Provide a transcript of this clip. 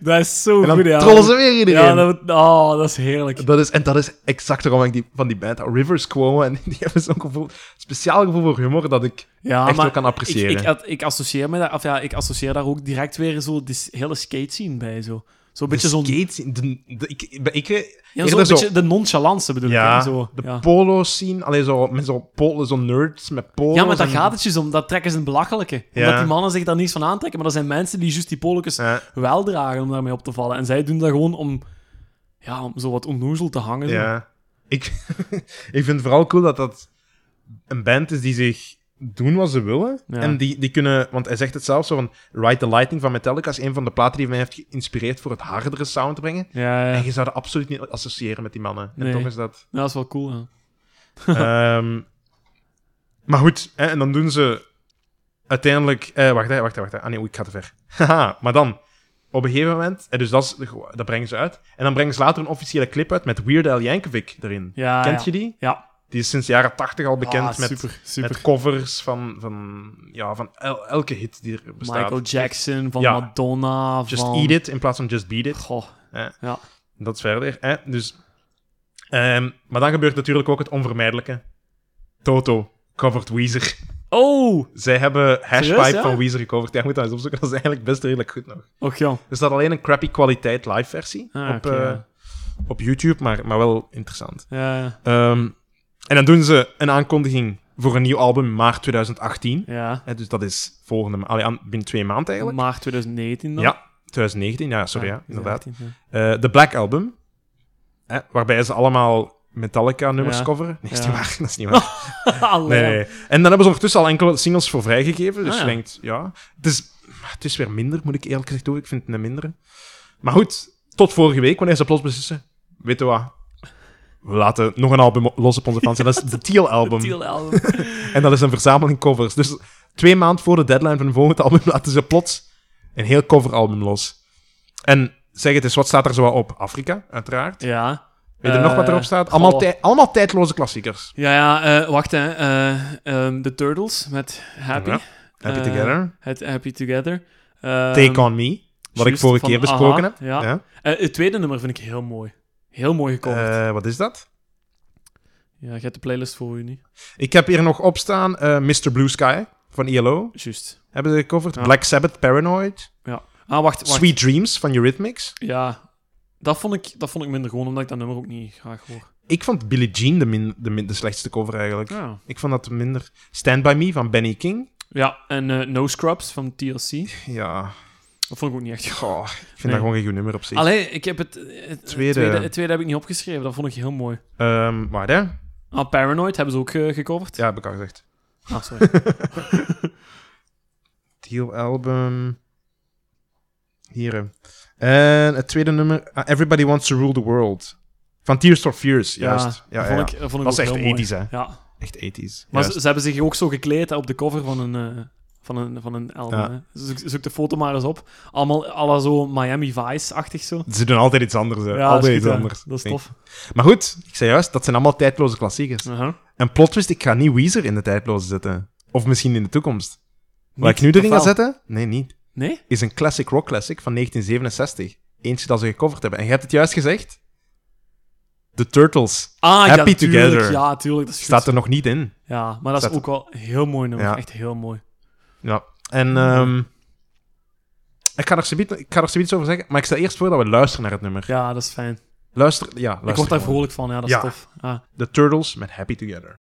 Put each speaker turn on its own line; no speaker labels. dat is zo
En dan
goed, ja.
trollen ze weer iedereen.
Ja, dat, oh, dat is heerlijk.
Dat is, en dat is exact waarom ik die, van die band Rivers kwam. En die hebben zo'n gevoel, speciaal gevoel voor humor dat ik
Ja,
echt
maar
wel kan appreciëren.
Ik, ik, ik, associeer me daar, of ja, ik associeer daar ook direct weer zo die s- hele skate scene bij. Zo. Zo'n beetje zo'n...
skate scene, de- de- ik, ik, ik,
Ja,
eerder
zo'n
zo-
beetje de nonchalance bedoel ik.
ja,
hè, Zo,
de
ja.
polo scene, alleen zo met zo'n polo, zo'n nerds met polo.
ja, maar daar gaat het dus om. Dat trekken ze een belachelijke. Omdat
Ja.
die mannen zich daar niets van aantrekken. Maar er zijn mensen die juist die polletjes
Ja.
wel dragen om daarmee op te vallen. En zij doen dat gewoon om... Ja, om zo wat onnozel te hangen. zo.
Ja. Ik, ik vind het vooral cool dat dat een band is die zich doen wat ze willen.
Ja.
En die, die kunnen, want hij zegt het zelf zo van Ride the Lightning van Metallica is een van de platen die mij heeft geïnspireerd voor het hardere sound te brengen.
Ja, ja.
En je zou dat absoluut niet associëren met die mannen.
Nee.
En toch is dat...
Ja, dat is wel cool. Ja.
Ehm, maar goed, hè, en dan doen ze uiteindelijk. eh, wacht, hè, wacht, hè, wacht. hè. Ah nee, oei, ik ga te ver. Haha, maar dan, op een gegeven moment, eh, dus dat, is, de- dat brengen ze uit. En dan brengen ze later een officiële clip uit met Weird Al Yankovic erin.
Ja,
Kent
Ah, ja.
je die?
Ja.
Die is sinds de jaren tachtig al bekend
Ah,
met,
super, super.
met covers van, van, ja, van el- elke hit die er bestaat.
Michael Jackson, van
Ja.
Madonna,
Just
van...
Eat It in plaats van Just Beat It.
Goh,
Eh,
ja.
dat is verder. Hè? Dus, ehm, maar dan gebeurt natuurlijk ook het onvermijdelijke. Toto, covered Weezer.
Oh!
Zij hebben Hashpipe
Serieus, ja?
van Weezer gecoverd. Ja, je moet dat eens opzoeken. Dat is eigenlijk best redelijk goed nog.
Och ja.
Er staat alleen een crappy kwaliteit live versie
Ah,
op,
oké,
eh,
ja.
op YouTube, maar, maar wel interessant.
Ja,
Ehm, en dan doen ze een aankondiging voor een nieuw album in maart 2018.
ja.
Hè, dus dat is volgende ma- allee, aan- binnen twee maanden eigenlijk.
Maart 2019 dan?
Ja, 2019. Ja, sorry, ja, inderdaad.
2018, Oh, Ah, ja.
Eh, De Black Album, hè, waarbij ze allemaal Metallica-nummers
Ja.
coveren. Nee, is
Ja. Oh,
niet waar. Dat is niet waar. Nee,
Allee.
nee, nee. En dan hebben ze ondertussen al enkele singles voor vrijgegeven. Dus
Ah,
je
ja.
denkt, ja. Het is, het is weer minder, moet ik eerlijk gezegd doen. Ik vind het een mindere. Maar goed, tot vorige week, wanneer ze plots beslissen. Weet je wat? We laten nog een album los op onze fans. En dat is de Teal album.
Tiel album.
En dat is een verzameling covers. Dus twee maanden voor de deadline van het volgende album laten ze plots een heel coveralbum los. En zeg het eens, wat staat er zo op? Afrika, uiteraard.
ja.
Weet je
Eh,
nog wat erop staat? Allemaal,
goh.
tij- allemaal tijdloze klassiekers.
Ja, ja, eh, wacht hè. Eh, ehm, The Turtles met Happy.
Ja, Happy
Eh,
Together.
Het Happy Together. Ehm,
Take On Me, wat ik
juist,
vorige
van
keer besproken
Aha,
heb.
Ja.
Ja.
Eh, het tweede nummer vind ik heel mooi. Heel mooi gecoverd.
Eh, wat is dat?
ja, je hebt de playlist voor u niet.
Ik heb hier nog op staan eh, Mr. Blue Sky van ILO.
Juist.
Hebben ze gecoverd.
Ja.
Black Sabbath, Paranoid.
Ja. Ah, wacht, wacht.
Sweet Dreams van Eurythmics.
Ja. Dat vond, ik, dat vond ik minder gewoon, omdat ik dat nummer ook niet graag hoor.
Ik vond Billie Jean de, min- de, min- de slechtste cover eigenlijk.
Ja.
Ik vond dat minder. Stand By Me van Benny King.
Ja, en eh, No Scrubs van TLC.
Ja,
Dat vond ik ook niet echt
goh, ik vind
Nee.
dat gewoon geen goed nummer op zich.
Allee, ik heb het, eh, het- het tweede.
Tweede.
het tweede heb ik niet opgeschreven. Dat vond ik heel mooi.
Ehm, maar hè?
Ah, Paranoid hebben ze ook eh, gecoverd.
Ja, heb ik al gezegd.
Ah, sorry.
Heel album. Hier. hè. En het tweede nummer, ah, Everybody Wants to Rule the World. Van Tears for Fears, juist. Ja,
dat
ja, ja.
vond ik, dat vond ik
Dat is
ook
echt
heel mooi.
80s, hè?
Ja.
Echt 80s.
Maar
Maar
ze, ze hebben zich ook zo gekleed hè, op de cover van een, eh, van een, van een album.
Ja.
hè. Zoek, zoek de foto maar eens op. Allemaal alle zo Miami Vice-achtig zo.
ze doen altijd iets anders. Hè.
Ja, dat is
altijd
goed,
iets
hè.
anders.
Dat is tof.
Maar goed, ik zei juist, dat zijn allemaal tijdloze klassiekers.
Uh-huh.
En plot twist, ik ga niet Weezer in de tijdloze zetten. Of misschien in de toekomst. Wat
Niet,
ik nu erin ga
of wel?
zetten? Nee, niet.
Nee?
Is een classic rock classic van 1967. Eentje dat ze gecoverd hebben. En je hebt het juist gezegd. The Turtles
Ah, ja,
Happy
tuurlijk.
Together.
Ja, tuurlijk. Dat is goed.
staat er nog niet in.
Ja, maar dat is
staat-
ook wel een heel mooi nummer.
Ja.
Echt heel mooi.
Ja. En ehm, ik ga er zoiets ik ga er zoiets over zeggen, maar ik stel eerst voor dat we luisteren naar het nummer.
Ja, dat is fijn.
Luister, ja, luister
ik word daar
gewoon.
vrolijk van. Ja, dat is
Ja.
tof. Ah.
The Turtles met Happy Together.